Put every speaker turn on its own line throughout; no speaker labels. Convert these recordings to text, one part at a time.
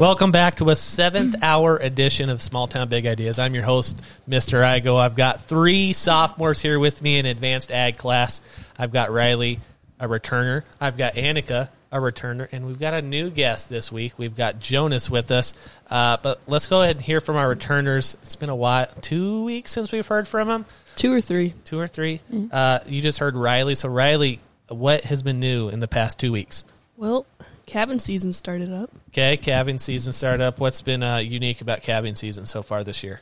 Welcome back to a seventh hour edition of Small Town Big Ideas. I'm your host, Mr. Igo. I've got three sophomores here with me in advanced ag class. I've got Riley, a returner. I've got Annika, a returner. And we've got a new guest this week. We've got Jonas with us. Uh, but let's go ahead and hear from our returners. It's been a while, two weeks since we've heard from them,
Two or three.
two or 3 Uh, you just heard Riley. So, Riley, what has been new in the past two weeks?
Well, cabin season started up.
Okay, calving season start up. What's been uh, unique about calving season so far this year?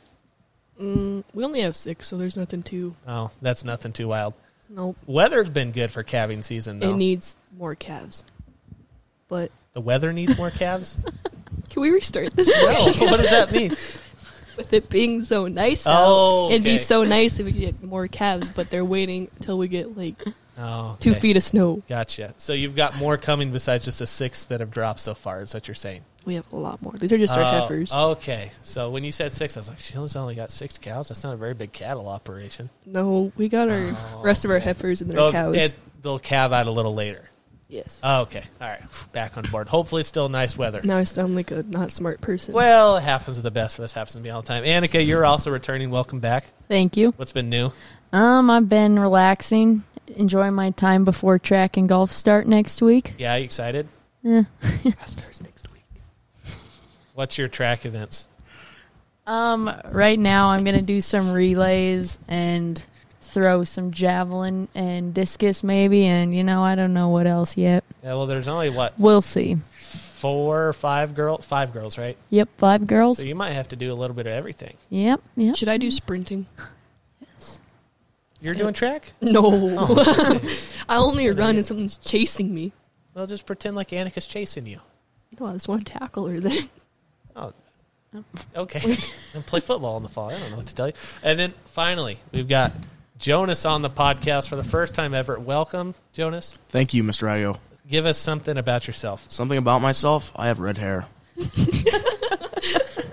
We only have six, so there's nothing to.
Oh, that's nothing too wild.
Nope.
Weather's been good for calving season though.
It needs more calves. But
the weather needs more calves.
can we restart this?
no, what does that mean?
With it being so nice
Oh,
out, it'd
okay.
be so nice if we could get more calves. But they're waiting until we get like
Oh,
two
okay.
feet of snow.
Gotcha. So you've got more coming besides just the six that have dropped so far. Is what you're saying?
We have a lot more. These are just our
Oh,
heifers.
Okay. So when you said six, I was like, Sheila's only got six cows. That's not a very big cattle operation.
No, we got our rest of our heifers and their
Oh,
cows.
it- they'll calve out a little later.
yes.
Oh, okay. All right. Back on board. Hopefully, it's still nice weather.
now I sound like a not smart person.
Well, it happens to the best of us. Happens to me all the time. Annika, you're also returning. Welcome back.
Thank you.
What's been new?
Um, I've been relaxing, enjoying my time before track and golf start next week. Eh.
Yeah, you excited?
Starts next week.
What's your track events?
Um, right now I'm gonna do some relays and throw some javelin and discus maybe, and you know I don't know what else yet.
Yeah, well, there's only what
We'll see.
four or five girl, five girls, right?
Yep, five girls.
So you might have to do a little bit of everything.
Yep, yep.
Should I do sprinting?
You're doing track?
No. I only run if someone's chasing me.
Well, just pretend like Annika's chasing you.
No, I just want to tackle her then.
Oh, okay. and play football in the fall. I don't know what to tell you. And then finally, we've got Jonas on the podcast for the first time ever. Welcome, Jonas.
Thank you, Mr. Io.
Give us something about yourself.
Something about myself, I have red hair.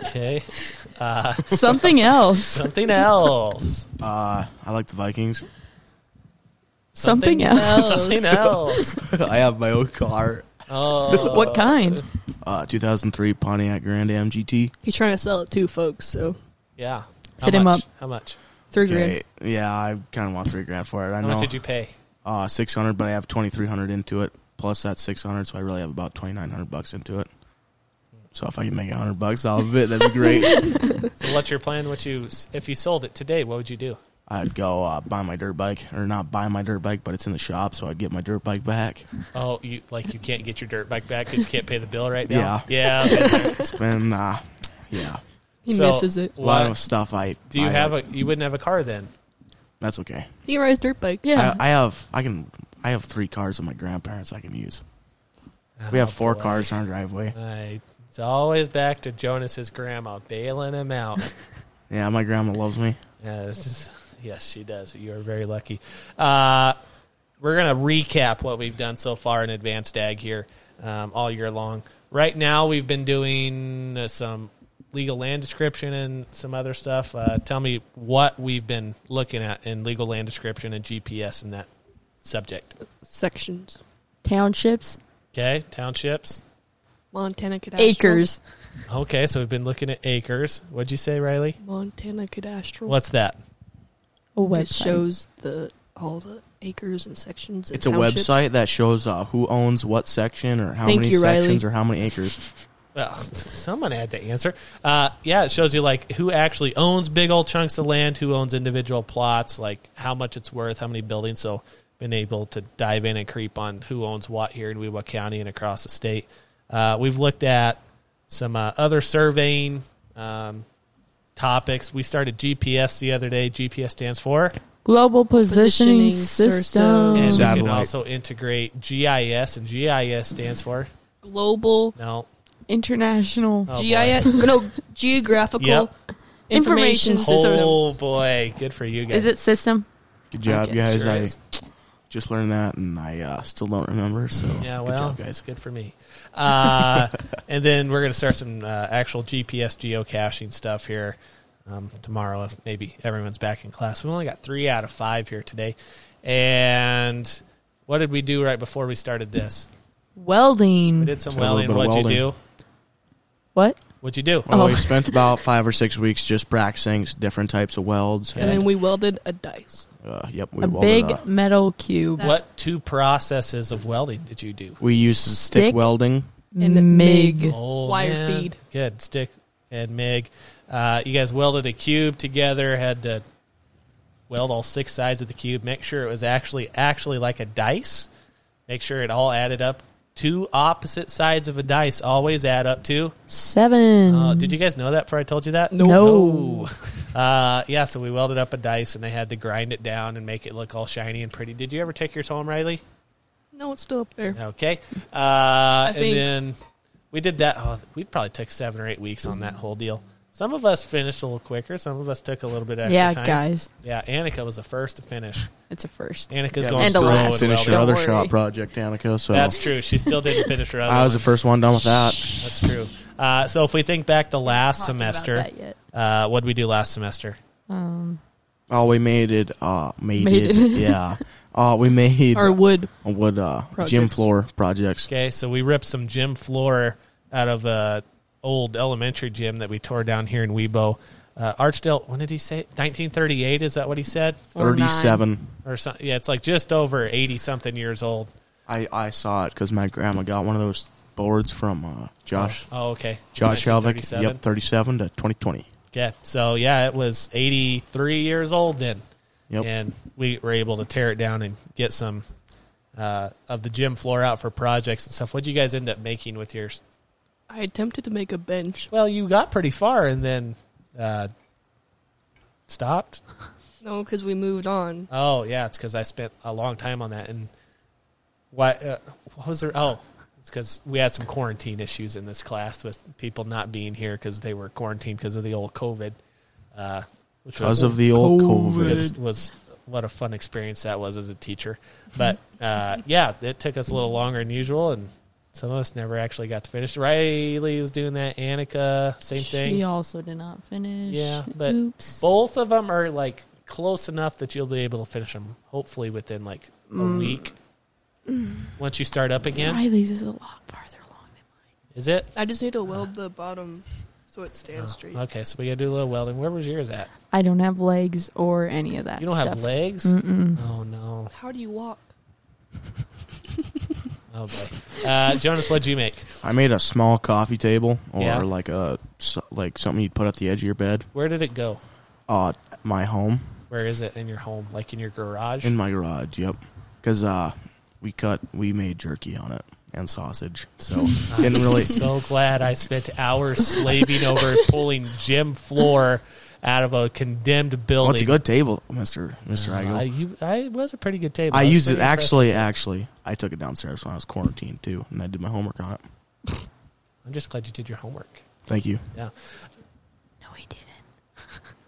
Okay.
Something else.
Something else.
Uh, I like the Vikings.
Something, else.
Something else.
I have my own car.
Oh,
What kind?
Uh, 2003 Pontiac Grand Am GT.
He's trying to sell it too, folks. So
yeah. How
Hit him
much?
up.
How much?
three
Okay.
grand.
Yeah, I kind of want three grand for it. I
How
know
much did you pay?
uh, 600, but I have 2300 into it plus that 600, so I really have about 2900 bucks into it. So if I can make 100 bucks off of it, that'd be great.
So what's your plan? What you if you sold it today? What would you do?
I'd go uh, buy my dirt bike, or not buy my dirt bike, but it's in the shop, so I'd get my dirt bike back.
Oh, you like you can't get your dirt bike back because you can't pay the bill right now. Yeah,
It's been, uh, yeah,
He
So,
misses it.
a lot
what-
of stuff. I
Do you
I-
have a? You wouldn't have a car then.
That's okay.
He rides dirt bike.
Yeah.
I, I have I can I have three cars of my grandparents I can use. We have four
Oh, boy.
cars in our driveway.
I, it's always back to Jonas's grandma bailing him out.
Yeah, my grandma loves me.
Yeah, this is- yes, she does. You are very lucky. Uh, we're going to recap what we've done so far in Advanced Ag here um, all year long. Right now, we've been doing uh, some legal land description and some other stuff. Uh, tell me what we've been looking at in legal land description and GPS in that subject.
Sections.
Townships,
Okay, townships.
Montana cadastral.
acres.
Okay, so we've been looking at acres. What'd you say, Riley?
Montana cadastral.
What's that?
A
It
website.
shows the all the acres and sections. and
It's a
townships.
website that shows uh, who owns what section or how
Thank
many
you, Riley.
sections or how many acres.
Well, someone had to answer. Uh, yeah, it shows you like who actually owns big old chunks of land, who owns individual plots, like how much it's worth, how many buildings. So been able to dive in and creep on who owns what here in Weewa County and across the state. Uh, we've looked at some uh, other surveying um, topics. We started GPS the other day. GPS stands for
Global positioning, uh,
Positioning
system.
system.
and uh, we
Satellite.
can also integrate GIS, and GIS stands for
Global
no
International.
Oh, boy.
GIS. No geographical
Yep.
information,
Information
system.
Oh boy, good for you guys.
Is it system?
Good job,
Okay,
guys.
sure
I
is.
just learned that and I uh, still don't remember. So
Yeah,
good
well,
job,
it's
guys.
good for me. Uh, and then we're going to start some uh, actual GPS geocaching stuff here um, tomorrow, if maybe everyone's back in class. We only got three out of five here today. And what did we do right before we started this?
Welding.
We did some
Did a little
welding.
bit of
What'd you
welding.
do?
What?
What'd you do?
Well,
Oh.
we spent about five or six weeks just practicing different types of welds.
And then we welded a dice.
uh, yep, we
a
welded
big
a-
metal cube.
What two processes of welding did you do?
we used stick,
Stick?
welding.
And the
MIG.
Oh,
Wire feed.
Good stick and mig. Uh, you guys welded a cube together. Had to weld all six sides of the cube. Make sure it was actually actually like a dice. Make sure it all added up. Two opposite sides of a dice always add up to.
Seven.
Mm-hmm.
Uh, did you guys know that before I told you that?
No. No.
No. Uh, yeah, so we welded up a dice and they had to grind it down and make it look all shiny and pretty. Did you ever take yours home, Riley?
No, it's still up there.
Okay. Uh, and
think-
then we did that. Oh, we probably took seven or eight weeks on that whole deal. Some of us finished a little quicker. Some of us took a little bit extra
Yeah,
time.
guys,
Yeah, Annika was the first to finish.
it's a first.
Annika's
Yeah,
going
we
And a
slow
last.
and
Finish your
welding.
other
Don't
shop
worry.
project, Danica. So
That's true. She still didn't finish her other
I was the
one.
first one done with that.
That's true. Uh, so if we think back to last
Talking about
semester,
that yet.
uh, what did we do last semester?
Um,
Oh, we made it. Uh, made,
Made
it.
it.
yeah. Oh, we made
Our wood.
wood uh, gym
Projects.
floor projects.
Okay, so we ripped some gym floor out of a old elementary gym that we tore down here in Weebo. Uh, Archdale, when did he say? 1938, is that what he said?
Four nine.
Thirty-seven.
Or something. Yeah, it's like just over 80 something years old.
I I saw it because my grandma got one of those boards from uh, Josh
Oh, okay.
Josh Shelvick.
1937?
Yep, thirty-seven to twenty twenty.
Okay. So, yeah, it was 83 years old then.
Yep.
And we were able to tear it down and get some uh, of the gym floor out for projects and stuff. What'd you guys end up making with yours?
I attempted to make a bench.
Well, you got pretty far and then uh, stopped.
No, because we moved on.
Oh yeah, it's because I spent a long time on that. And why? Uh, what was there? Oh, it's because we had some quarantine issues in this class with people not being here because they were quarantined because of the old COVID. Uh, which
Because
was,
of the old
was,
COVID.
was what a fun experience that was as a teacher. But uh, yeah, it took us a little longer than usual, and some of us never actually got to finish. Riley was doing that. Annika, same thing.
She also did not finish.
Yeah, but-
oops.
Both of them are like close enough that you'll be able to finish them. Hopefully within like a
Mm.
week. Once you start up again,
Riley's is a lot farther along
is it?
I just need to weld the bottom so it stands straight.
Okay, so we gotta do a little welding. Where was yours at?
than I don't have legs or any of that.
You don't
stuff. Mm.
have legs?
Mm-mm.
Oh no!
How do you walk?
Oh boy, uh, Jonas, what'd you make?
I made a small coffee table or
Yeah.
like a so- like something you'd put at the edge of your bed.
Where did it go?
Uh, at my home
Where is it in your home? Like in your garage?
in my garage. Yep, because uh, we cut we made jerky on it and sausage. So didn't really.
so glad I spent hours slaving over pulling gym floor out of a condemned
Oh,
building.
it's a good table, Mister Mister
Uh,
Igel.
you, I it was a pretty good table.
I
was
used it
pretty impressed.
actually. Actually, I took it downstairs when I was quarantined too, and I did my homework on it.
I'm just glad you did your homework.
Thank you.
Yeah.
No, he didn't.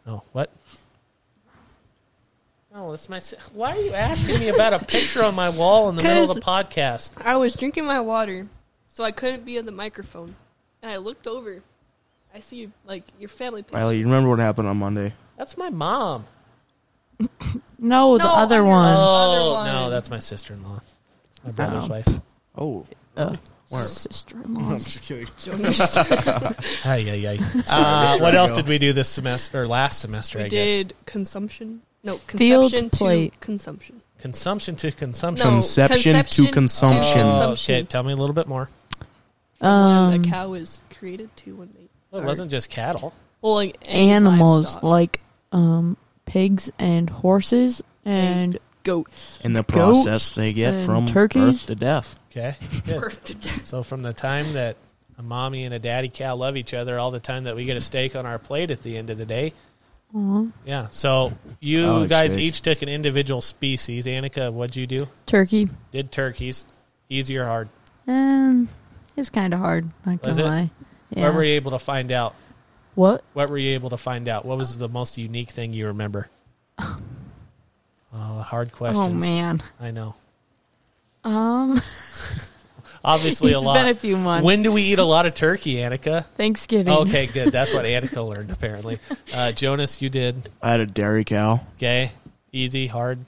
Oh, what? Oh, that's my. si- Why are you asking me about a picture on my wall in the middle of the podcast?
I was drinking my water, so I couldn't be on the microphone. And I looked over. I see, like, your family picture.
Riley, you remember what happened on Monday?
That's my mom.
No, the
No,
other
I'm-
one.
oh
Other
no,
one.
that's my sister-in-law, my brother's
Oh.
wife.
Oh,
Uh,
Where?
Sister-in-law.
kidding.
Hi, yeah, yeah. Uh, what
Sorry,
else
girl.
did we do this semester or last semester?
we
I guess
did consumption. No, consumption
Field
to
plate.
consumption.
consumption to consumption.
No,
Conception to consumption.
Oh,
consumption.
okay, tell me a little bit more.
when
Um,
a cow is created to when they
Well, it wasn't just cattle.
well, like any
animals
livestock.
like um, pigs and horses and
goats.
In the process, they get
and
from
turkeys.
birth to death.
Okay, good.
birth to death.
so from the time that a mommy and a daddy cow love each other, all the time that we get a steak on our plate at the end of the day,
aw,
Yeah. So you
Alex
guys
Drake.
each took an individual species. Annika, what'd you do?
turkey.
Did turkeys. Easy or hard?
Um, it was kind of hard. Not
Was
gonna
it?
lie. Yeah.
What were you able to find out?
what?
What were you able to find out? What was the most unique thing you remember? Oh, hard questions.
Oh man.
I know.
Um,
Obviously a
it's been a
lot.
few months.
When do we eat a lot of turkey, Annika?
Thanksgiving.
Okay, good. That's what Annika learned apparently. Uh, Jonas, you did.
I had a dairy cow.
Okay. Easy, hard.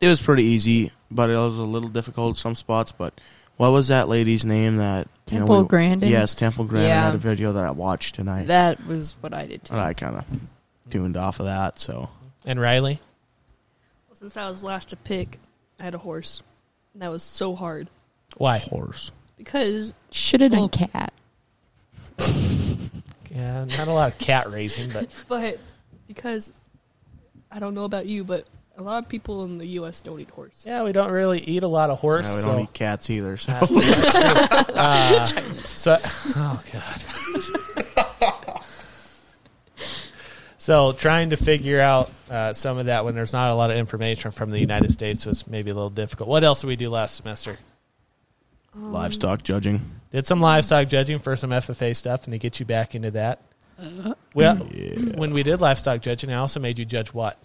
It was pretty easy, but it was a little difficult in some spots. But What was that lady's name that you know,
Temple
we-
Grandin?
Yes, Temple Grandin
Yeah.
had a video that I watched tonight.
That was what I did too.
and I kind of tuned off of that. So
And Riley,
Since I was last to pick, I had a horse. And that was so hard.
why?
horse.
Because
Should have done
Well-
cat.
Yeah, not a lot of cat raising, but
but because I don't know about you, but a lot of people in the US don't eat horse.
yeah, we don't really eat a lot of horse.
Yeah, we
so.
don't eat cats either. So
Uh, that's true. Uh, so, oh god. so trying to figure out uh, some of that when there's not a lot of information from the United States was maybe a little difficult. What else did we do last semester?
livestock judging.
Did some livestock judging for some FFA stuff, and to get you back into that.
Uh-huh.
Well, when we did livestock judging, I also made you judge what?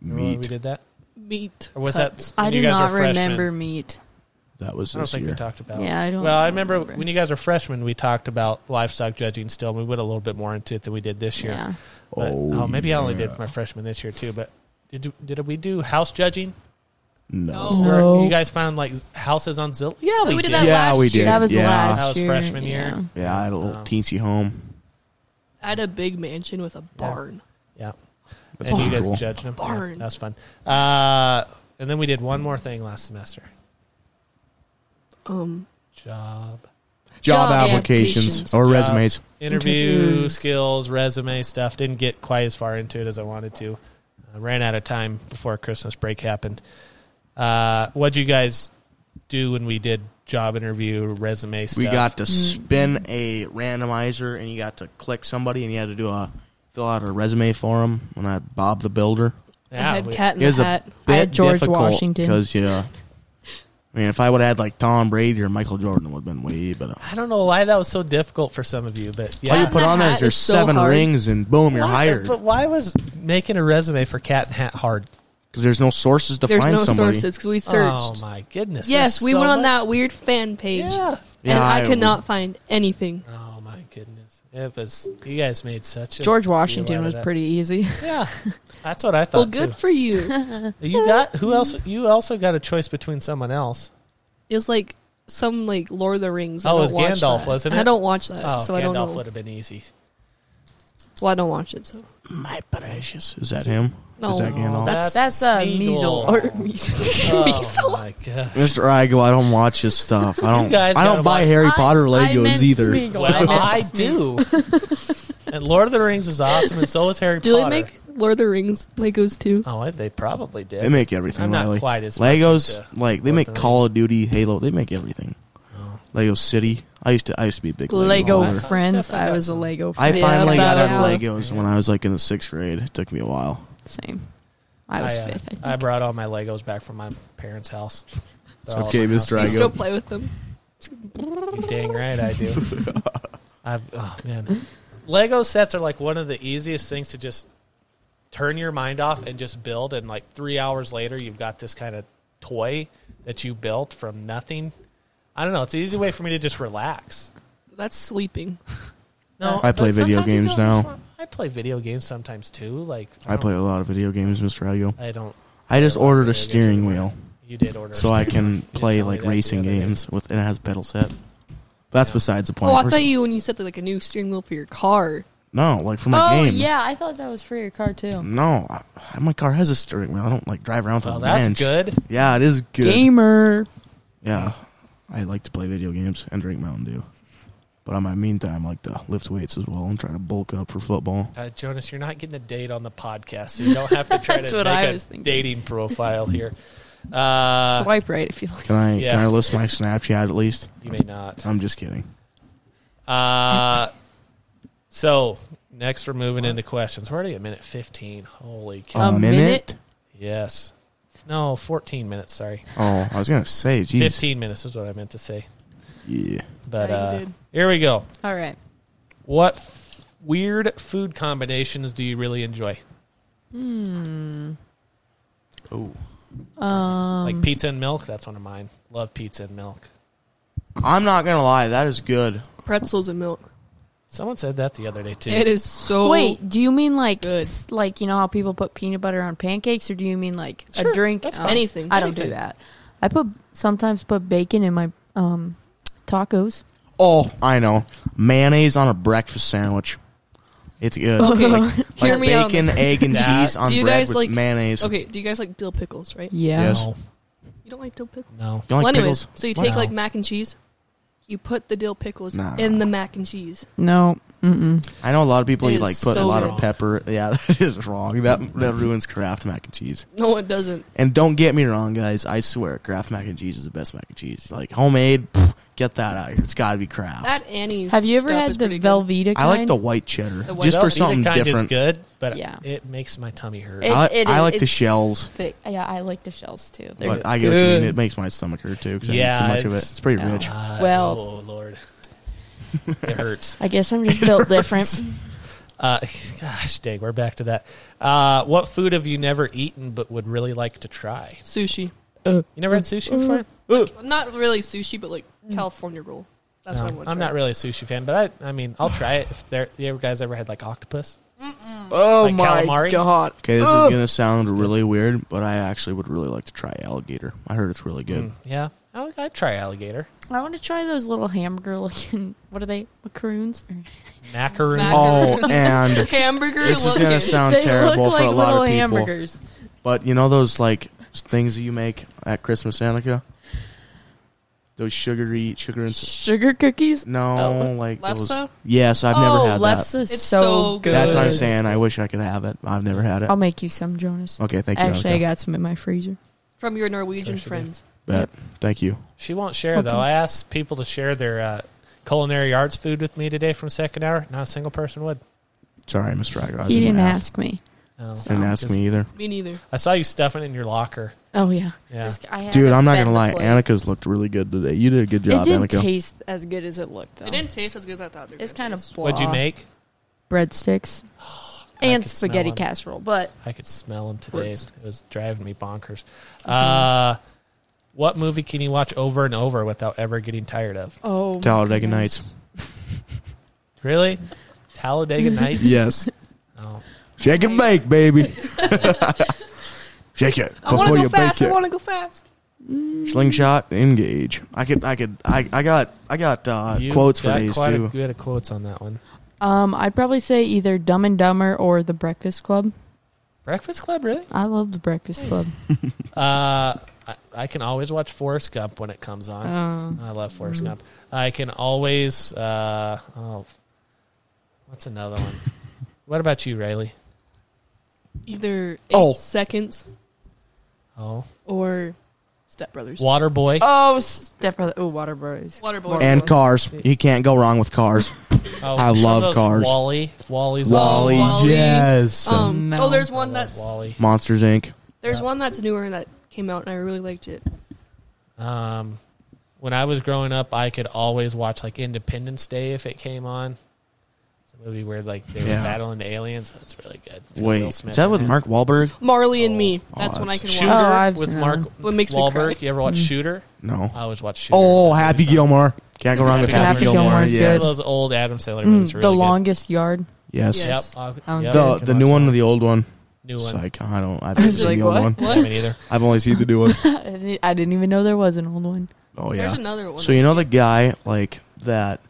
Remember when we
Meat.
did that,
Meat.
or was
cuts.
that? When
I do
you guys
not
were freshmen?
remember meat.
That was
I don't
this
think we
year.
talked about.
Yeah, I don't.
Well, I remember, when you guys were freshmen, we talked about livestock judging still. and We went a little bit more into it than we did this year.
Yeah,
But, oh,
Oh,
maybe I only did
yeah.
my freshman this year too. But did did we do house judging? Oh.
No.
No.
No.
Or you guys found like houses on Zillow? Yeah,
Oh,
we,
we
did.
did that
Yeah,
last
we
year.
did.
that was
Yeah.
last
That was
year.
freshman year.
yeah.
Yeah, I had a little
Oh.
teensy home.
I had a big mansion with a barn.
Yeah,
That's
and you
pretty
guys
cool.
judged them. Yeah,
Barn.
that was fun. Uh, and then we did one more thing last semester.
Um,
Job.
Job
Job
applications
applications.
or
Job.
resumes.
interview
Interviews.
skills, resume stuff. Didn't get quite as far into it as I wanted to. I ran out of time before Christmas break happened. Uh, what'd you guys do when we did job interview, resume stuff?
We got to spin a randomizer, and you got to click somebody, and you had to do a fill out a resume for them. And I had Bob the Builder.
yeah,
I had
we-
cat in
It
the
was a
hat.
bit
I had George
difficult
Washington.
because yeah. I mean, if I would have had like Tom Brady or Michael Jordan, it would have been way better.
I don't know why that was so difficult for some of you, but yeah.
All you
Cat in
put
the
on there
Hat
is your
is so
seven
hard.
rings, and boom, you're
Why-
hired.
But why was making a resume for cat and hat hard?
Because there's no sources to
There's
find
no
somebody.
sources because we
Oh
searched.
my goodness!
yes,
there's
we
so
went on
much-
that weird fan page.
Yeah.
And I, could
would-
not find anything.
Oh my goodness! It was you guys made such a
George
deal out
Washington
of
was
that.
pretty easy.
Yeah, that's what I thought.
Well, good
too.
for you.
You got who else? You also got a choice between someone else.
It was like some like Lord of the Rings. I
Oh, it was
don't watch
Gandalf,
that.
wasn't
And
it?
I don't watch that,
Oh,
so
Gandalf
I don't know.
would have been easy.
Well, I don't watch it, so
My precious. Is that him?
No.
Is that Gandalf?
That's
That- That's
that's a uh,
Smeagol.
measle or measle.
Oh my god!
Mr. Igo, I don't watch his stuff. I don't.
guys
I
gotta
don't buy
watch-
Harry Potter Legos either.
Well, I do. and Lord of the Rings is awesome, and so is Harry
do
Potter.
they make Lord of the Rings Legos too?
oh, they probably did.
They make everything.
I'm not
Riley.
quite as much
Legos.
into
Like they
what
make
the-
Call of Duty, Halo. They make everything. Lego City. I used to. I used to be a big Lego.
Lego
I
lover.
f-
friends.
definitely
I
got
was a
some.
Lego.
I
fan.
finally got out
Yeah.
of Legos when I was like in the sixth grade. It took me a while.
Same. I was
uh,
fifth. I think.
I brought all my Legos back from my parents' house. They're all at
okay,
my
Mr.
house.
You
Drago.
still play with them?
You dang right I do. I've, oh man, Lego sets are like one of the easiest things to just turn your mind off and just build. And like three hours later, you've got this kind of toy that you built from nothing. I don't know. It's an easy way for me to just relax.
That's sleeping. Oh,
No,
I play
but
video
sometimes you
games
don't just
now.
want- I play video games sometimes too. Like
I play a lot of video games, Mr. Igo.
Oh. I don't.
I just
play lot of video
ordered a
games
steering
anymore.
wheel
You did order, a
so I
steering wheel.
can
You didn't
play
tell me
like
that the
racing
other day.
games with and it has pedal set. That's besides the point.
Oh, I
We're-
thought you when you said that like a new steering wheel for your car.
No, like for my
Oh
game.
yeah, I thought that was for your car too.
No, I, I- my car has a steering wheel. I don't like drive around with
Well,
a
Oh, that's
wrench.
good.
Yeah, it is good.
Gamer.
Yeah, I like to play video games and drink Mountain Dew, but in my meantime, I like to lift weights as well and try to bulk up for football.
Uh, Jonas, you're not getting a date on the podcast, so you don't have to try
That's
to
what
make
I
a
was thinking.
dating profile here. Uh,
Swipe right if you like.
Can I
Yeah.
can I list my Snapchat at least?
you may not.
I'm just kidding.
Uh, so next, we're moving into questions. We're already at minute 15. Holy cow!
A
A
minute?
minute?
yes. No, 14 minutes. Sorry,
Oh, I was gonna say, jeez,
15 minutes is what I meant to say.
yeah.
But
Yeah, you
uh,
did.
here we go.
All right.
What f- weird food combinations do you really enjoy?
Hmm.
Oh,
Um,
like pizza and milk. That's one of mine. Love pizza and milk.
I'm not gonna lie, that is good.
Pretzels and milk.
Someone said that the other day too.
It is
oh.
so
Wait, do you mean like
Good.
s- like you know how people put peanut butter on pancakes, or do you mean like
Sure,
a drink?
that's
Oh,
fine.
Anything,
I don't
anything.
do that. I put sometimes put bacon in my um, tacos.
Oh, I know. Mayonnaise on a breakfast sandwich. It's good.
Okay,
Like,
Oh, hear
like
me out on
bacon,
this.
egg, and
That-
cheese on
Do you
bread
guys
with
like-
mayonnaise.
Okay, do you guys like dill pickles, right?
Yeah.
Yes.
No,
You don't like dill pickles?
no.
You don't
well,
like
anyways,
pickles?
so you
What?
take
No.
like mac and cheese, you put the dill pickles
Nah.
in the mac and cheese.
No, mm-mm.
I know a lot of people
It
eat
is
like put a
so
lot
wrong.
of pepper. Yeah, that is wrong. That that ruins Kraft mac and cheese.
No, it doesn't.
And don't get me wrong, guys. I swear, Kraft mac and cheese is the best mac and cheese. Like homemade, pff, get that out of here. It's got to be Kraft.
That Annie's.
Have you ever
stuff
had
is
the
pretty good.
Velveeta? Kind?
I like the white cheddar,
The white
just
Well,
for
either
something
kind is
different.
good, but
Yeah.
it makes my tummy hurt.
It-
I, I
is-
like the
it's
shells,
thick. Yeah, I like the shells too. They're
but
good.
I get what you mean.
Good.
It makes my stomach hurt too because
Yeah,
I eat too much of it.
it's-
It's pretty
no.
rich.
God,
Well-
oh Lord, it hurts.
I guess I'm just built different.
Uh, gosh, dang, we're back to that. Uh, what food have you never eaten but would really like to try?
sushi?
You never had
Mm-hmm.
sushi before?
Not really sushi, but like
Mm.
California roll. That's
No,
what I want.
I'm not really a sushi fan, but I, I mean, I'll try it. If there, you guys ever had like octopus?
Oh
Like my calamari?
god!
Okay, this is gonna sound really weird, but I actually would really like to try alligator. I heard it's really good.
Mm, yeah, I, I'd try alligator
I want to try those little hamburger looking. What are they? Macaroons?
macaroon.
Mac-
Oh, and
hamburger.
this is
looking.
gonna sound
they
terrible
look
for
like
a lot
little
of people.
hamburgers.
But you know those like s- things that you make at Christmas, Annika? Those sugary sugar and s-
Sugar cookies.
no, like those.
Lefse?
Yes, I've
oh,
never had that.
Lefse is
It's
so,
so
good.
good.
That's what I'm saying. I wish I could have it. I've never had it.
I'll make you some, Jonas.
okay, thank you.
Actually, I
Annika.
got some in my freezer.
from your Norwegian
There should be.
friends.
Bet. Thank you.
She won't share though.
Okay.
I asked people to share their uh, culinary arts food with me today from second hour. Not a single person would.
Sorry, Miss Rager. I was
He
gonna
didn't
ask.
ask me.
No.
Didn't ask me either,
Me neither.
Oh. I saw you stuffing it in your locker.
Oh yeah,
Yeah,
dude. I'm not gonna lie. Annika's looked really good today. You did a good
It
job,
didn't
Annika.
taste as good as it looked. Though.
It didn't taste as good as I thought. they were
It's
gonna
kind of
taste.
blah.
what'd you make?
breadsticks.
And
could smell
spaghetti
him.
casserole, but
I could smell them today.
Words. Mm-hmm.
It was driving me bonkers. Uh, what movie can you watch over and over without ever getting tired of?
oh, my
Talladega
goodness.
Nights.
Really? Talladega Nights?
Yes.
Oh.
Shake and bake, baby. Shake it
I want
before
to
you
go fast.
bake
I
it.
want to go fast.
Mm.
Slingshot, engage. I could, I could, I, I got, I got uh,
You
quotes for
got
these
quite a-
too.
you had a quotes on that one.
Um, I'd probably say either Dumb and Dumber or The Breakfast Club.
Breakfast Club, really?
I love The Breakfast
Nice.
Club.
Uh, I, I can always watch Forrest Gump when it comes on.
Uh-huh.
Um,
I love Forrest Gump. I can always. Uh, oh, what's another one? what about you, Riley?
Either eight
Oh.
seconds
Oh,
or Step Brothers.
Waterboy.
Oh, Step Brother. Oh, Water Bros.
Waterboy.
And cars. You can't go wrong with cars.
Oh,
I love cars.
Wally. Wally's on.
Wall-
Wally,
Wally.
yes.
Um,
No.
oh, there's
I
one
love
that's
Wally.
Monsters Inc.
there's
Yeah.
one that's newer that came out and I really liked it.
Um, when I was growing up, I could always watch like Independence Day if it came on. It's a movie where like they were
Yeah.
battling the aliens. That's really good. It's got Will
Wait,
Smith
is that
in
with
it.
Mark Wahlberg?
Marley and
Oh.
Me.
Oh,
That's when I
that's
can
Shooter
watch.
Oh, I've
with
seen
Mark
that
What makes me
Wahlberg.
cry.
You ever watch Shooter?
No.
I always watch Shooter.
Oh, Happy Gilmore. Can't go wrong with
Happy
Happy,
Gilmore.
Gilmore.
Happy Gilmore's
One of
Yes.
those old Adam Sandler
Mm,
movies.
the
really good.
longest yard.
Yes.
Yep.
Yes.
I'll-
Sounds
yep,
good.
I
The
can
the
watch
new one
that
or the old one?
New one.
Psych. I don't. I've never
was
seen
like,
the old
what?
one.
Yeah, me neither.
I've only seen the new one.
I didn't I didn't even know there was an old one.
Oh
There's
yeah.
another one.
So you know the guy like that.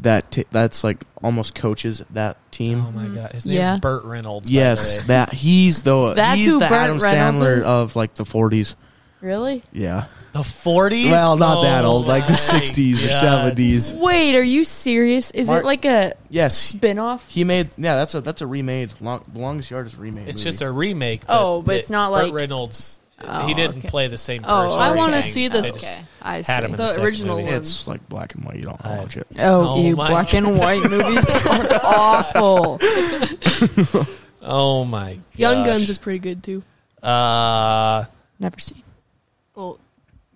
That t- that's like almost coaches that team.
Oh my god, his name's
Yeah.
Burt Reynolds. by the
Yes,
way.
that he's the
That's
he's
who
the
Burt
Adam
Reynolds
Sandler
is?
of like the forties.
Really?
Yeah.
the forties. Oh
Well, not that old, like the sixties or seventies.
Wait, are you serious? Is
Mark-
it like a
Yes,
spin-off?
he made. Yeah, that's a that's a remade. Long, the longest yard is a remade.
It's
movie.
just a remake.
Oh, but it's not
Burt
like-
Reynolds.
Oh,
he didn't
okay.
play the same person.
Oh,
I want to
anything.
see this.
They just-
I see.
had him in the,
The
second
original
movie.
one.
It's like black and white. You don't
I-
watch it.
Oh,
Oh
you
my-
black and white movies are awful.
Oh my!
Young
gosh.
Guns is pretty good too.
Uh,
Never seen.
Well,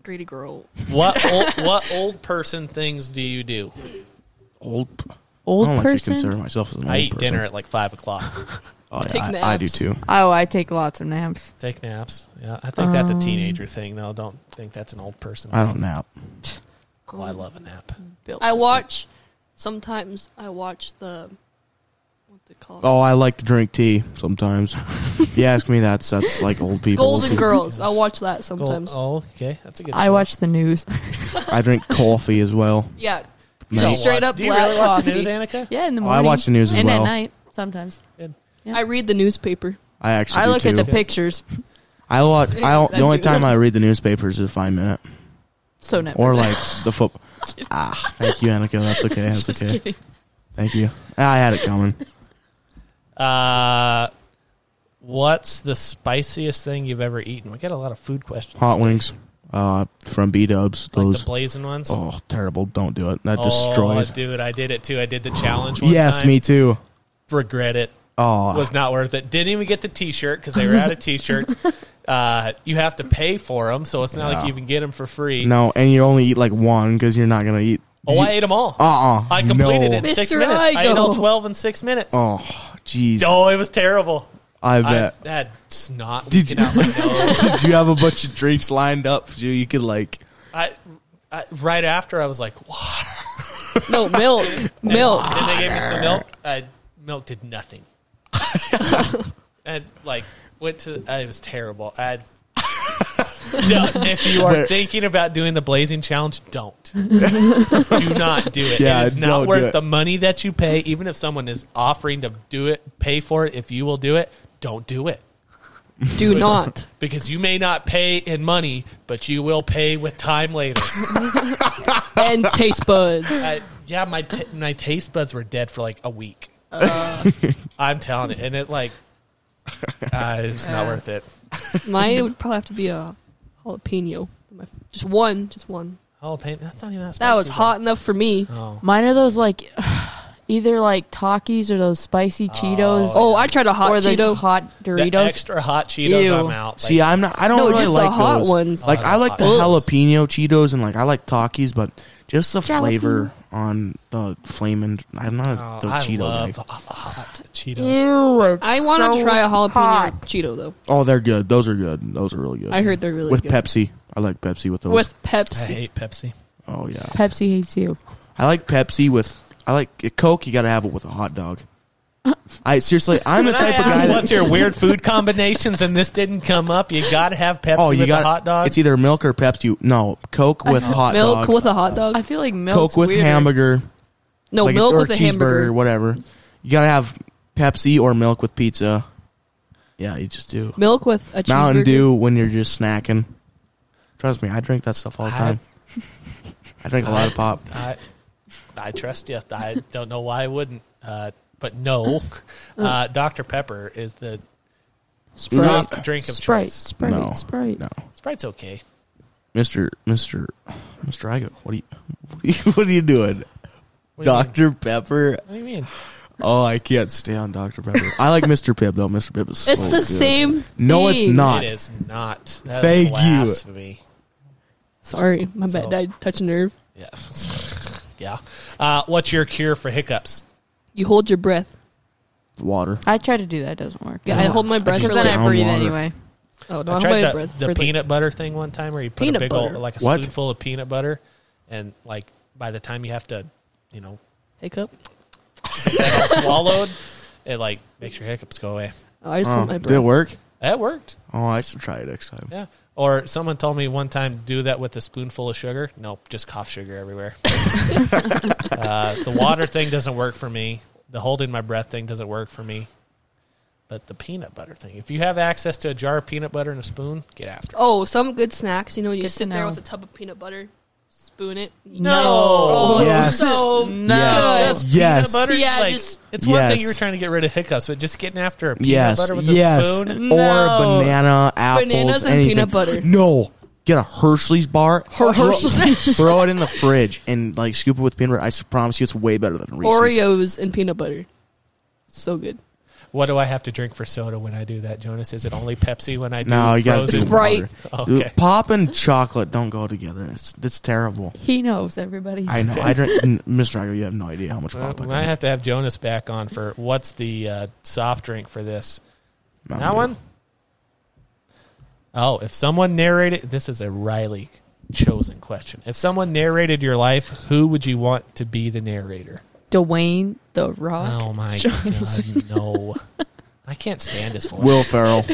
Greedy Girl.
what old, what old person things do you do?
Old. p-
Old
I don't
person.
like to consider myself as an old
I eat
person.
dinner at like five o'clock.
Oh,
Take
yeah, I, I
naps.
do too.
oh, I take lots of naps.
Take naps. Yeah, I think that's a
Um,
teenager thing though. Don't think that's an old person.
I
thing.
don't nap.
Oh, I love a nap.
Built
I
different.
watch. Sometimes I watch the what's it called?
Oh, I like to drink tea sometimes. If you ask me that, that's like old people.
Golden Girls. I watch that
Gold-
sometimes.
Oh, okay, that's a good.
I
show.
watch the news.
I drink coffee as
oh.
well.
Yeah,
You
Just
don't
straight
watch-
up
Do you
black
really watch the
coffee.
news, Annika?
Yeah, in the
Oh,
morning.
I watch the news as
and
well.
at night sometimes.
I read the newspaper.
I actually
I
do
look
too.
at the pictures,
I watch. I don't, the
That
only
too.
time I read the newspapers is five minute
so never.
or like the football. ah, thank you, Annika. That's okay. That's
Just
okay.
kidding.
Thank you. Ah, I had it coming.
Uh, what's the spiciest thing you've ever eaten? We got a lot of food questions.
Hot wings, uh, from B Dubs.
like
Those
the blazing ones.
oh terrible. Don't do it. That
Oh,
destroys.
dude, I did it too. I did the challenge. One
Yes,
time.
me too.
Regret it.
Oh,
was not worth it. Didn't even get the T-shirt because they were out of T-shirts. uh, you have to pay for them, so it's not
Yeah.
like you can get them for free.
no, and you only eat like one because you're not gonna eat.
Oh, I ate them all.
Uh uh
I completed
no.
it in six
Mr.
minutes. I ate all
Igo.
twelve in six minutes. Oh,
Oh, jeez.
it was terrible.
I
I,
bet.
that snot
Did
leaking
you-
out my nose.
Did you have a bunch of drinks lined up? You you could like
I, I, right after, I was like, "Wow!"
No milk, milk.
Then they gave me some milk. I, milk did nothing. and like went to. I, it was terrible. I. No, if you are
Where-
thinking about doing the blazing challenge, don't. do not do it.
Yeah,
it is
don't
not
do
worth
it.
the money that you pay. Even if someone is offering to do it, pay for it. If you will do it, don't do it
Do not.
because you may not pay in money, but you will pay with time later.
and taste buds.
I, yeah, my t- my taste buds were dead for like a week.
Uh.
I'm telling you, and it like uh, it's not worth it.
Mine would probably have to be a jalapeno. My- Just one, just one.
Oh, pain. That's not even that.
That was
spicy,
hot enough for me.
though. Oh,
Mine are those like either like Takis or those spicy Cheetos.
Oh, I tried a hot
or the
Cheeto.
hot
the
Doritos.
extra hot Cheetos.
Ew.
I'm out. Like,
See, I'm not. I don't
No,
really
just the
like
hot
those.
ones.
Like
Oh,
I like the
those.
jalapeno Cheetos and like I like Takis, but just the flavor on the flaming. I'm
oh,
not the
I
Cheeto
love
guy.
hot Cheetos.
Ew,
I want to try a jalapeno Cheeto though.
Oh, they're good. Those are good. Those are really good.
I heard they're really
with
good.
Pepsi. I like Pepsi with those.
With
I
Pepsi.
hate Pepsi.
oh yeah,
Pepsi hates you.
I like Pepsi with. I like Coke. You got to have it with a hot dog. I seriously, I'm the
Can I
type of
ask
guy that
what's your weird food combinations? And this didn't come up. You got to have Pepsi
oh, you
with
got
a hot dog.
It's either milk or Pepsi. No, Coke with hot
milk
dog.
with a hot dog.
I feel like milk's
Coke with
weirder.
hamburger.
no,
like
milk
or
with a
cheeseburger,
hamburger.
whatever. You gotta have Pepsi or milk with pizza. Yeah, you just do
Milk with a cheeseburger.
Mountain Dew when you're just snacking. Trust me, I drink that stuff all the
I-
time. I drink a lot of pop.
I, I trust you. I don't know why I wouldn't. Uh, but no, uh, Dr Pepper is the
Not-
soft drink of
Sprite,
choice.
Sprite,
No.
Sprite.
No,
Sprite's okay.
Mister, Mister, Mister, I go. What are you? What are you, what are you
What
doing,
do you mean?
Doctor Pepper?
What do you mean?
Oh, I can't stay on Doctor Pepper. I like Mister Pibb though. Mister Pibb is.
It's
so
the
Oh, good.
same.
No, it's
thing.
not.
It is not. That
Thank
is
you.
blasphemy.
Sorry, my
So-
bad. I touch a nerve.
you. Yeah. yeah. Uh, what's your cure for hiccups?
You hold your breath.
Water.
I try to do that. It doesn't work.
Yeah, I hold my breath
just
Because
for
then
like.
down
I breathe
water.
anyway.
Oh no, I,
I
hold
tried
my
the,
breath
the
for like-
peanut butter thing one time where you put
Peanut
a big old,
butter.
like a
What?
spoonful of peanut butter and like by the time you have to, you know,
Take up.
have it swallowed, it like makes your hiccups go away.
Oh, I just
Oh,
hold my
did it
breath.
work?
That worked.
Oh, I should try it next time.
Yeah. Or someone told me one time do that with a spoonful of sugar. Nope, just cough sugar everywhere. uh, the water thing doesn't work for me. The holding my breath thing doesn't work for me. But the peanut butter thing. If you have access to a jar of peanut butter and a spoon, get after it.
Oh, some good snacks. You know, you
Good to
sit there
know.
with a tub of peanut butter, spoon it.
No.
Oh,
Yes.
So
Yes.
good.
Yes.
Peanut butter,
Yeah,
like,
just-
it's one
Yes.
thing you were trying to get rid of hiccups, but just getting after a peanut
yes,
butter with
yes,
a spoon.
or
No.
banana, apples,
Bananas and
anything.
peanut butter.
No, get a Hershey's bar,
Her-
throw-
Hershey's.
throw it in the fridge, and like scoop it with peanut butter. I s- promise you, it's way better than Reese's.
Oreos and peanut butter. So good.
What do I have to drink for soda when I do that, Jonas? Is it only Pepsi when I do
No, you got
frozen?
Sprite.
Okay.
Pop and chocolate don't go together. It's it's terrible.
He knows everybody.
I know. I drink, n- Mr. Igo, you have no idea how much
Well,
pop I
we
drink.
might have to have Jonas back on for what's the uh, soft drink for this?
Mountain
that
Dew.
one? Oh, if someone narrated this is a Riley chosen question. If someone narrated your life, who would you want to be the narrator?
Dwayne the Rock.
Oh my god, no! I can't stand his voice.
Will Ferrell.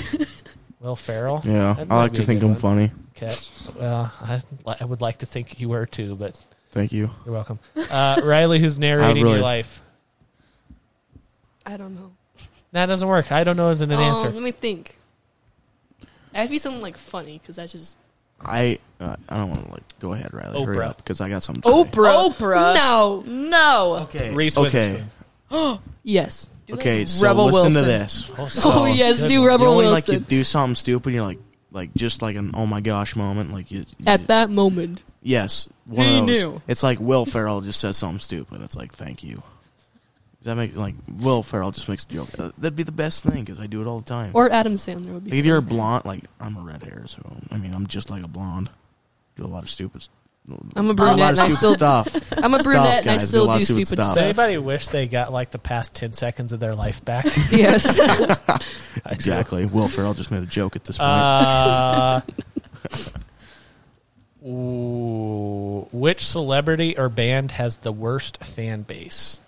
Will Ferrell.
Yeah,
That'd
I like
be
to
a
think
good
I'm
one.
funny.
Okay. Well, I, I would like to think you were too, but
Thank you.
you're welcome. Uh, Riley, who's narrating
really-
your life?
I don't know.
That doesn't work. I don't know isn't
Oh,
an
Um,
answer.
Let me think. It has to be something like funny because that's just
I uh, I don't want to like go ahead, Riley. Hurry
Oprah.
up because I got something. To say.
Oprah.
Oprah.
No.
No.
Okay.
Reese
okay.
Witherspoon.
yes.
Oh, Okay. So
Rebel
listen
Wilson.
to this.
Oh,
Oh yes,
good
do
one.
You know
Rebel
when like you
Wilson
do something stupid, you're like like just like an oh my gosh moment. Like you, you-
at that moment.
yes, one
He
of those.
knew.
It's like Will Ferrell just says something stupid. It's like thank you. Does that make like Will Ferrell just makes a joke? Uh, That'd be the best thing because I do it all the time.
Or Adam Sandler would
like
be.
if you're a blonde, like I'm a red hair, so I mean I'm just like a blonde. Do a lot of stupid. s-
I'm a
a
brunette
lot of
and I
stupid
still-
stuff.
I'm a
Stop,
brunette and I
guys. We
still do
lost you
stupid
with stop.
Does
stuff.
anybody wish they got like the past ten seconds of their life back?
Yes.
exactly. Will Ferrell just made a joke at this point.
Uh, ooh, which celebrity or band has the worst fan base?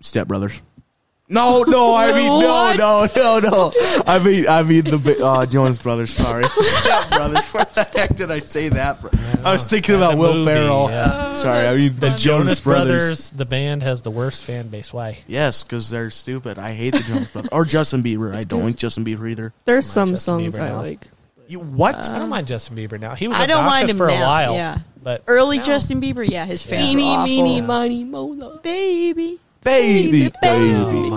Step Brothers. No, no, I mean no, no, no, no. I mean, I mean the bi- uh, Jones Brothers. Sorry, Step Brothers. What the heck did I say that? For? I was thinking about
the
Will
movie,
Ferrell.
yeah.
Sorry, I mean the Jonas, Brothers.
Uh, The band has the worst fan base. Why?
Yes, because they're stupid. I hate the Jones Brothers or Justin Bieber. I don't like Justin Bieber either.
There's some
Justin
songs
Bieber
I
now.
like.
You what?
I don't mind Justin Bieber now. He was
I don't
obnoxious
mind him
for a
now,
while.
yeah.
but
Early
now-
Justin Bieber. Yeah, his fans were
Eeny,
awful.
meeny, miny, mola.
Baby.
baby,
Oh
baby. Oh,
my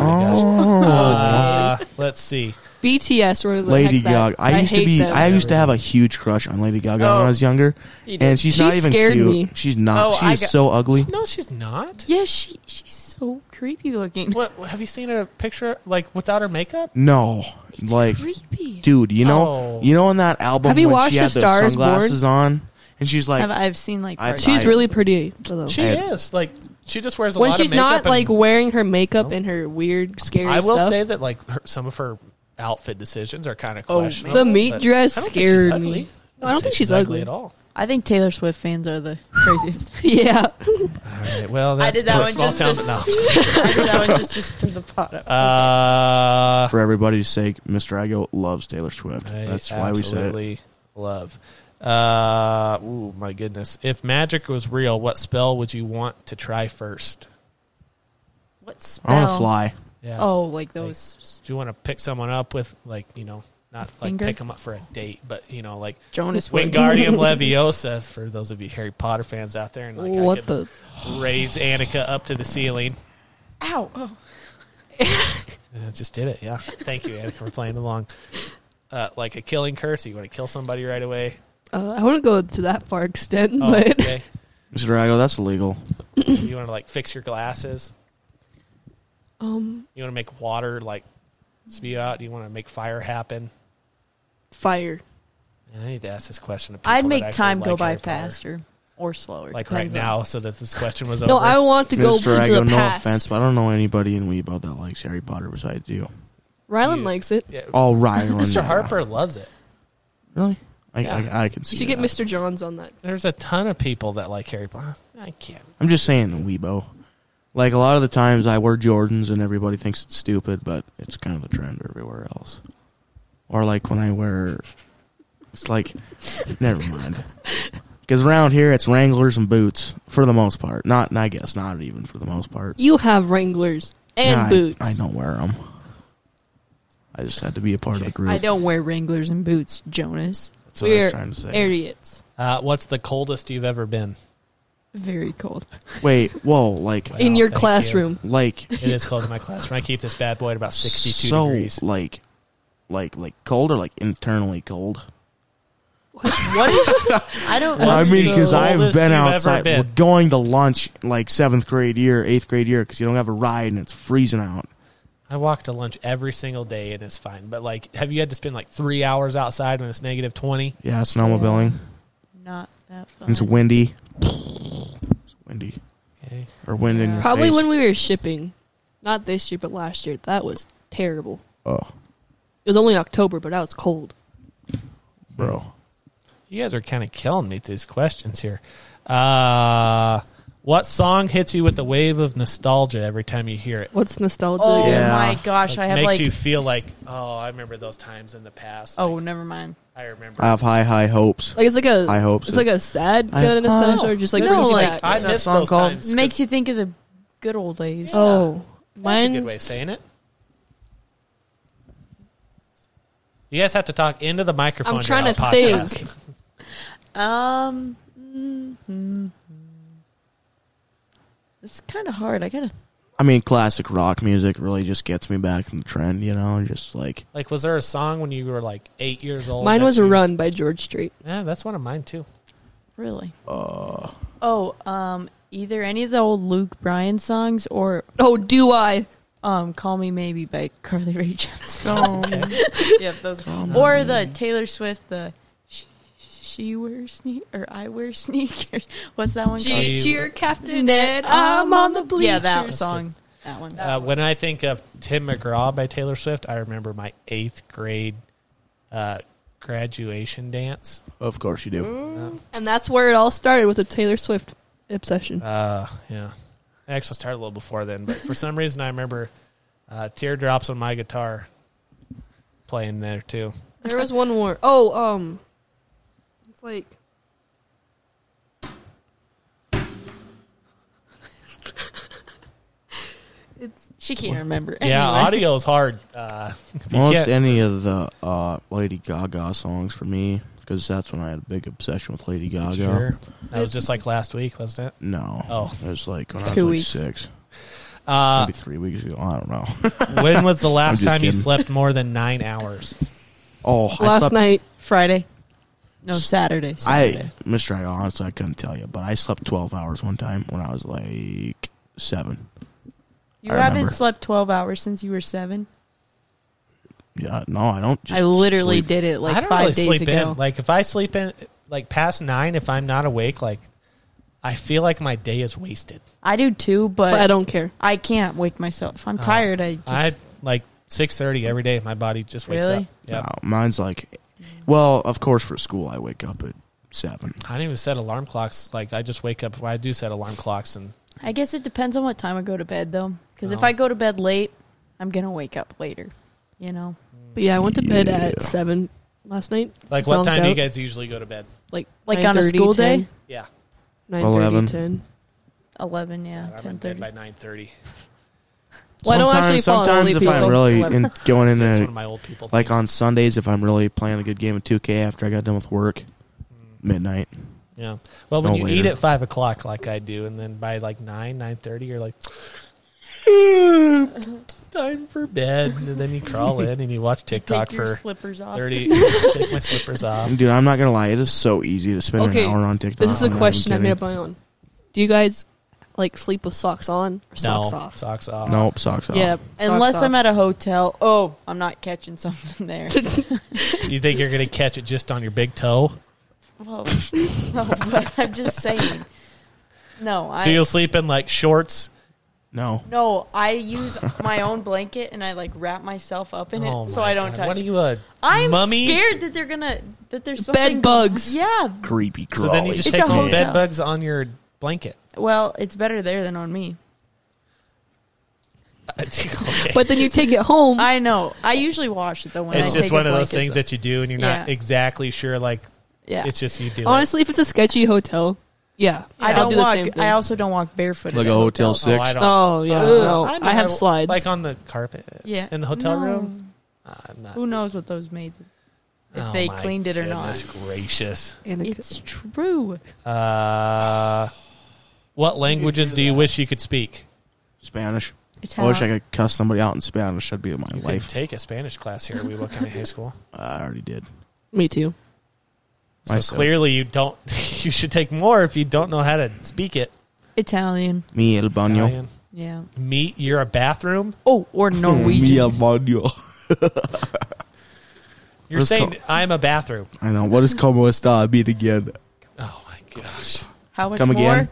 gosh. Uh, let's see.
BTS or
Lady Gaga. I, used to
hate
be.
them. Oh,
I used to have a huge crush on Lady Gaga when I was younger, and she's
She
not even
scared
cute.
me.
She's not.
Oh, I
she's
got-
so ugly.
No, she's not.
Yeah, she she's so creepy looking.
What have you seen her picture like without her makeup?
No, like,
creepy.
dude, you know,
Oh.
you know, in that album
Have you
when
watched
she had
The
those
Star Is Born?
sunglasses on, and she's like,
I've, I've seen like
I've-
parts.
She's
I-
really pretty. Though.
She
I-
is like she just wears a
when
lot
she's
of makeup.
not
and-
like wearing her makeup and her weird, scary
I will
stuff.
say that like her, some of her outfit decisions are kind of
Oh,
questionable.
the meat
but
dress
I don't think
scared
she's
me.
ugly.
No, I don't
I'd say
think she's ugly.
at all.
I think Taylor Swift fans are the craziest.
yeah,
All right, well, that's
I did that
poor
one
small
just
town,
to,
but no.
I did that one just to stir the pot up.
Uh,
for everybody's sake, Mister Igo loves Taylor Swift.
I
That's why we say it.
absolutely love. Uh, ooh, my goodness! If magic was real, what spell would you want to try first?
What
I
spell?
want to fly.
Yeah.
Oh, like those
Do you want to pick someone up with like you know not like
Finger?
pick them up for a date, but you know like
Jonas would-
Wingardium Leviosa for those of you Harry Potter fans out there, and like I
what
could
the?
raise Annika up to the ceiling.
Ow! Oh.
I just did it. Yeah. Thank you, Annika, for playing along. Uh, like a killing curse. You want to kill somebody right away?
uh, I wouldn't go to that far extent,
Oh,
but
okay.
Mister Igo, that's illegal.
You want to like fix your glasses?
um,
You want to make water like spew out? You want to make fire happen?
fire.
And I need to ask this question. To people
I'd
that
make
actually
time go
like
by
Harry Potter.
faster or slower.
Like
Depends
right
on-
now, so that this question was over.
No, I want to go
Mister
to the
Igo, no
past.
offense, but I don't know anybody in Weebo that likes Harry Potter besides you.
Rylan
You-
likes it.
Yeah.
Oh, Ryan,
Mr. Harper loves it.
really? I,
Yeah.
I, I can see.
You should get
that.
Mr. Johns on that.
There's a ton of people that like Harry Potter. I can't.
I'm just saying, Weebo. Like a lot of the times, I wear Jordans and everybody thinks it's stupid, but it's kind of the trend everywhere else. Or like when I wear, it's like, never mind. Because around here, it's Wranglers and boots for the most part. Not, I guess, not even for the most part.
You have Wranglers and
Nah, I-
boots.
I, don't wear them. I just had to be a part of the group.
I don't wear Wranglers and boots, Jonas.
That's what I
We're
was trying to say.
idiots.
Uh, what's the coldest you've ever been?
Very cold.
Wait, whoa, like,
Wow,
in your
thank you.
classroom.
like,
It is cold in my classroom. I keep this bad boy at about 62
so
degrees.
like, like, like cold or like internally cold.
What? Is, I don't.
What's
I mean,
the
because I've
coldest you've
been
ever
outside.
been?
We're going to lunch like seventh grade year, eighth grade year, because you don't have a ride and it's freezing out.
I walk to lunch every single day and it's fine. But like, have you had to spend like three hours outside when it's negative 20?
Yeah, snowmobiling.
not that fun.
It's windy. It's windy
Okay.
or wind in
Yeah.
your
Probably
face.
when we were shipping. Not this year, but last year. That was terrible.
oh,
It was only October, but that was cold.
bro.
You guys are kind of killing me with these questions here. Uh, What song hits you with the wave of nostalgia every time you hear it?
What's nostalgia?
Oh
again?
Yeah.
my gosh, I
Like,
have
makes
like
you feel like, oh, I remember those times in the past.
Oh, never mind.
I remember.
I have high, high hopes.
Like it's like a
High hopes.
it's like a sad
I-
kind of nostalgia,
No.
or just like
No,
brings you
like,
back.
I
What's that
miss
song
those
called?
times.
It makes you think of the good old days.
oh,
That's a
mine.
good way of saying it. You guys have to talk into the microphone.
I'm trying
you're on
to
a
think.
podcast.
Um, mm, mm, it's kind of hard. I gotta.
I mean, classic rock music really just gets me back in the trend, you know? Just like,
Like, was there a song when you were like eight years old?
Mine
that
was a
you-
run by George Strait.
Yeah, that's one of mine too.
Really?
uh,
Oh, um, either any of the old Luke Bryan songs or
Oh, do I?
um, "Call Me Maybe" by Carly Rae Jepsen.
okay.
yep, those.
Come
Or the Taylor Swift, the she, she wears sneak or I wear sneakers. What's that one called?
Gee.
Cheer, Captain Ed. I'm on the bleachers.
Yeah, that
That's
song. That one.
Uh, when I think of Tim McGraw by Taylor Swift, I remember my eighth grade uh, graduation dance.
of course you do.
And that's where it all started with a Taylor Swift obsession.
Uh, yeah, I actually started a little before then, but for some reason I remember uh, "Teardrops on My Guitar" playing there too.
There was one more. Oh, um, it's like it's
She can't remember.
Yeah,
anyway.
audio is hard. Uh, if you
Most
can't-
any of the uh, Lady Gaga songs for me, because that's when I had a big obsession with Lady Gaga.
Sure. That was
It's-
just like last week, wasn't it?
No.
Oh.
It was like when I was
Two
like
weeks.
six,
Uh,
maybe three weeks ago. I don't know.
when was the
I'm
last
just
time you
kidding.
slept more than nine hours?
oh, I
last
slept.
night.
Friday. No,
S-
Saturday.
I,
Saturday.
Mr. I honestly, I couldn't tell you, but I slept 12 hours one time when I was like seven.
You
I
haven't
remember.
slept 12 hours since you were seven?
Yeah, no, I don't. Just
I literally
sleep.
did it
I
like
don't
five
really
days
sleep
ago.
In. Like if I sleep in like past nine, if I'm not awake, like I feel like my day is wasted.
I do too, but,
But
I,
I don't care.
can't wake myself. If I'm
Oh.
tired, I just.
I like six thirty every day. My body just wakes
Really?
up. Yeah,
No, mine's like, well, of course, for school, I wake up at seven.
I don't even set alarm clocks. Like I just wake up. Well, I do set alarm clocks, and
I guess it depends on what time I go to bed, though. Because if
Oh.
I go to bed late, I'm going to wake up later. You know?
But yeah, I went to bed at
Yeah.
seven last night.
like
Zonked
what time do you
out.
guys usually go to bed?
Like
Like on a school day?
Yeah,
11.
9:30, 10.
11,
I'm
yeah,
in bed
10.30.
by nine thirty.
Well, I don't
sometimes,
actually fall
sometimes
asleep,
if I'm
people.
really in, going
That's one of
into
my old people.
uh, like
things.
on Sundays, if I'm really playing a good game of 2K after I got done with work,
Mm.
midnight.
Yeah. Well, when
No
you
later.
eat at five o'clock, like I do, and then by like nine, nine thirty, you're like, time for bed, and then you crawl in and you watch TikTok
Take your
for
slippers off.
thirty. take my slippers off.
Dude, I'm not gonna lie, it is so easy to spend
Okay,
an hour on TikTok.
This is
I'm
a
not even
question I made
kidding.
up my own. Do you guys like sleep with socks on or socks
no,
off?
socks off.
Nope, socks off.
Yeah,
Unless
socks
I'm
off.
at a hotel. Oh, I'm not catching something there.
You think you're gonna catch it just on your big toe?
Whoa. no, but I'm just saying. No, I.
So you'll sleep in like shorts.
No.
No, I use my own blanket and I like wrap myself up in it
Oh
so
my
I don't
God.
touch
What are
it.
you a
I'm
mummy?
scared that they're gonna that there's
Bed
something
bugs.
Yeah.
Creepy
So
crawly.
then you just
It's
take
a
home
hotel.
bed bugs on your blanket.
Well, it's better there than on me.
Okay.
But then you take it home.
I know. I usually wash it though when
it's
I
just
take
one
a
of those things
blanket, so-
that you do, and you're not
Yeah.
exactly sure. Like
yeah.
it's just you do. it.
Honestly, if it's a sketchy hotel, yeah,
I
I'll
don't
do the
walk.
same thing.
I also don't walk barefoot.
like
at
a hotel
Oh,
six.
I don't.
oh yeah,
Ugh.
no,
know.
I have slides.
Like um, on the carpet.
Yeah.
In the hotel
No.
room. Uh, I'm not,
Who knows what those maids? If
Oh,
they
my
cleaned it or not.
Goodness gracious.
and it-
It's true.
Uh, what languages do you wish you could speak?
Spanish. I
Italian.
wish I could cuss somebody out in Spanish. That'd be my
You could
life.
take a Spanish class here at Weebo County High School.
I already did.
me too.
So
Myself.
clearly you don't. You should take more if you don't know how to speak it.
Italian.
Me el baño.
Italian.
Yeah.
Meet. You're a bathroom.
Oh, or
Hmm. Me
Norwegian.
el baño.
You're
Let's
saying
go.
I'm a bathroom.
I know. What does como esta mean again?
Oh my gosh.
How much
Come
more?
again?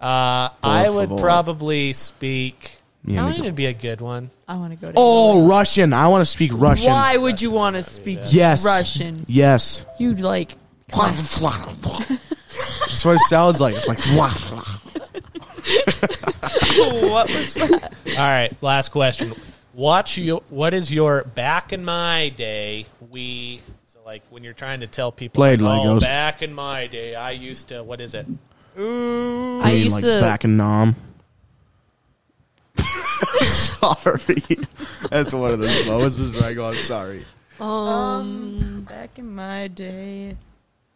Uh, I would
favor.
probably speak.
Yeah,
Italian
nigga.
would be a good one.
I want to go to
Oh, Russian. I want to speak Russian.
Why would you want to speak
Yes.
Russian?
Yes.
You'd like
That's what it sounds like. It's like
what was that?
All right, last question. What's your what is your back in my day? We so like when you're trying to tell people
Played
like, oh,
Legos.
back in my day, I used to what is it?
I
mean,
used
like
to.
back and nom. sorry, that's one of the lowest was I go. I'm sorry.
Um,
Back in my day,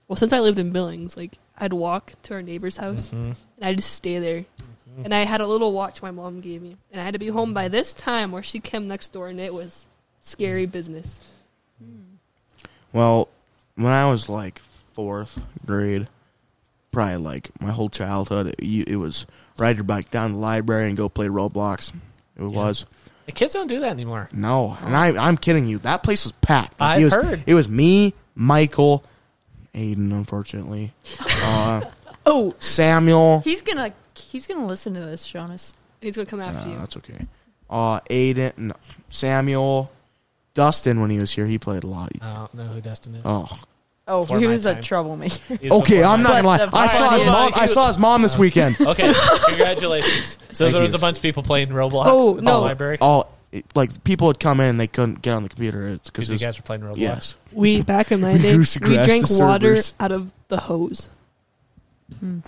well, since I lived in Billings, like I'd walk to our neighbor's house
Mm-hmm.
and I just stay there. And I had a little watch my mom gave me, and I had to be home
Mm-hmm.
by this time, or she came next door, and it was scary business.
Well, when I was like fourth grade, probably like my whole childhood, it, you- it was ride your bike down to the library and go play Roblox. It was
The kids don't do that anymore.
no, and I, I'm kidding you. That place was packed.
I've
it was,
heard.
It was me, Michael, Aiden, unfortunately, uh,
oh,
Samuel.
he's gonna he's gonna listen to this, Jonas.
And he's gonna come after
No,
you.
that's okay. Uh, Aiden, no, Samuel, Dustin. When he was here, he played a lot.
I don't know who Dustin is.
Oh,
Oh,
For
he
my
was a
time.
troublemaker.
He's
okay.
before
I'm
my
not gonna lie.
But the
I saw his
party
mom. I saw his mom this weekend.
Okay, congratulations. So
Thank
there was
you.
a bunch of people playing Roblox
Oh,
in the
no.
library
Oh, it- like people would come in and they couldn't get on the computer. It's because
because you guys were playing Roblox.
yes,
We back in my
We
day,
used to
we
crash
drank
the
water
servers.
out of the hose.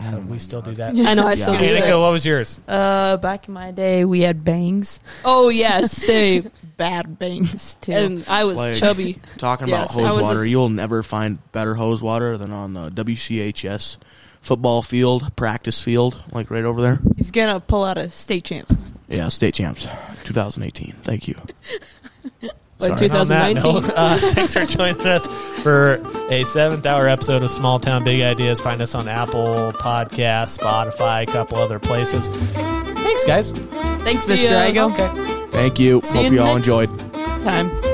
Uh, we still do that.
I know, I still
Yeah.
do
Annika,
that.
what was yours?
Uh, back in my day, we had bangs,
Oh yeah, same.
bad bangs too.
and I was
Like-
chubby.
talking about
Yes, I
hose
was a-
water. You'll never find better hose water than on the WCHS football field, practice field, like right over there.
he's gonna pull out a state champs.
Yeah, state champs, 2018. Thank you.
But
Sorry.
On that
2019.
note, uh, thanks for joining us for a seventh hour episode of Small Town Big Ideas. Find us on Apple Podcasts, Spotify, a couple other places. Thanks, guys.
Thanks,
See
Mr.
ya.
Igo.
Okay.
Thank you.
See you
Hope you all
next
enjoyed.
Time.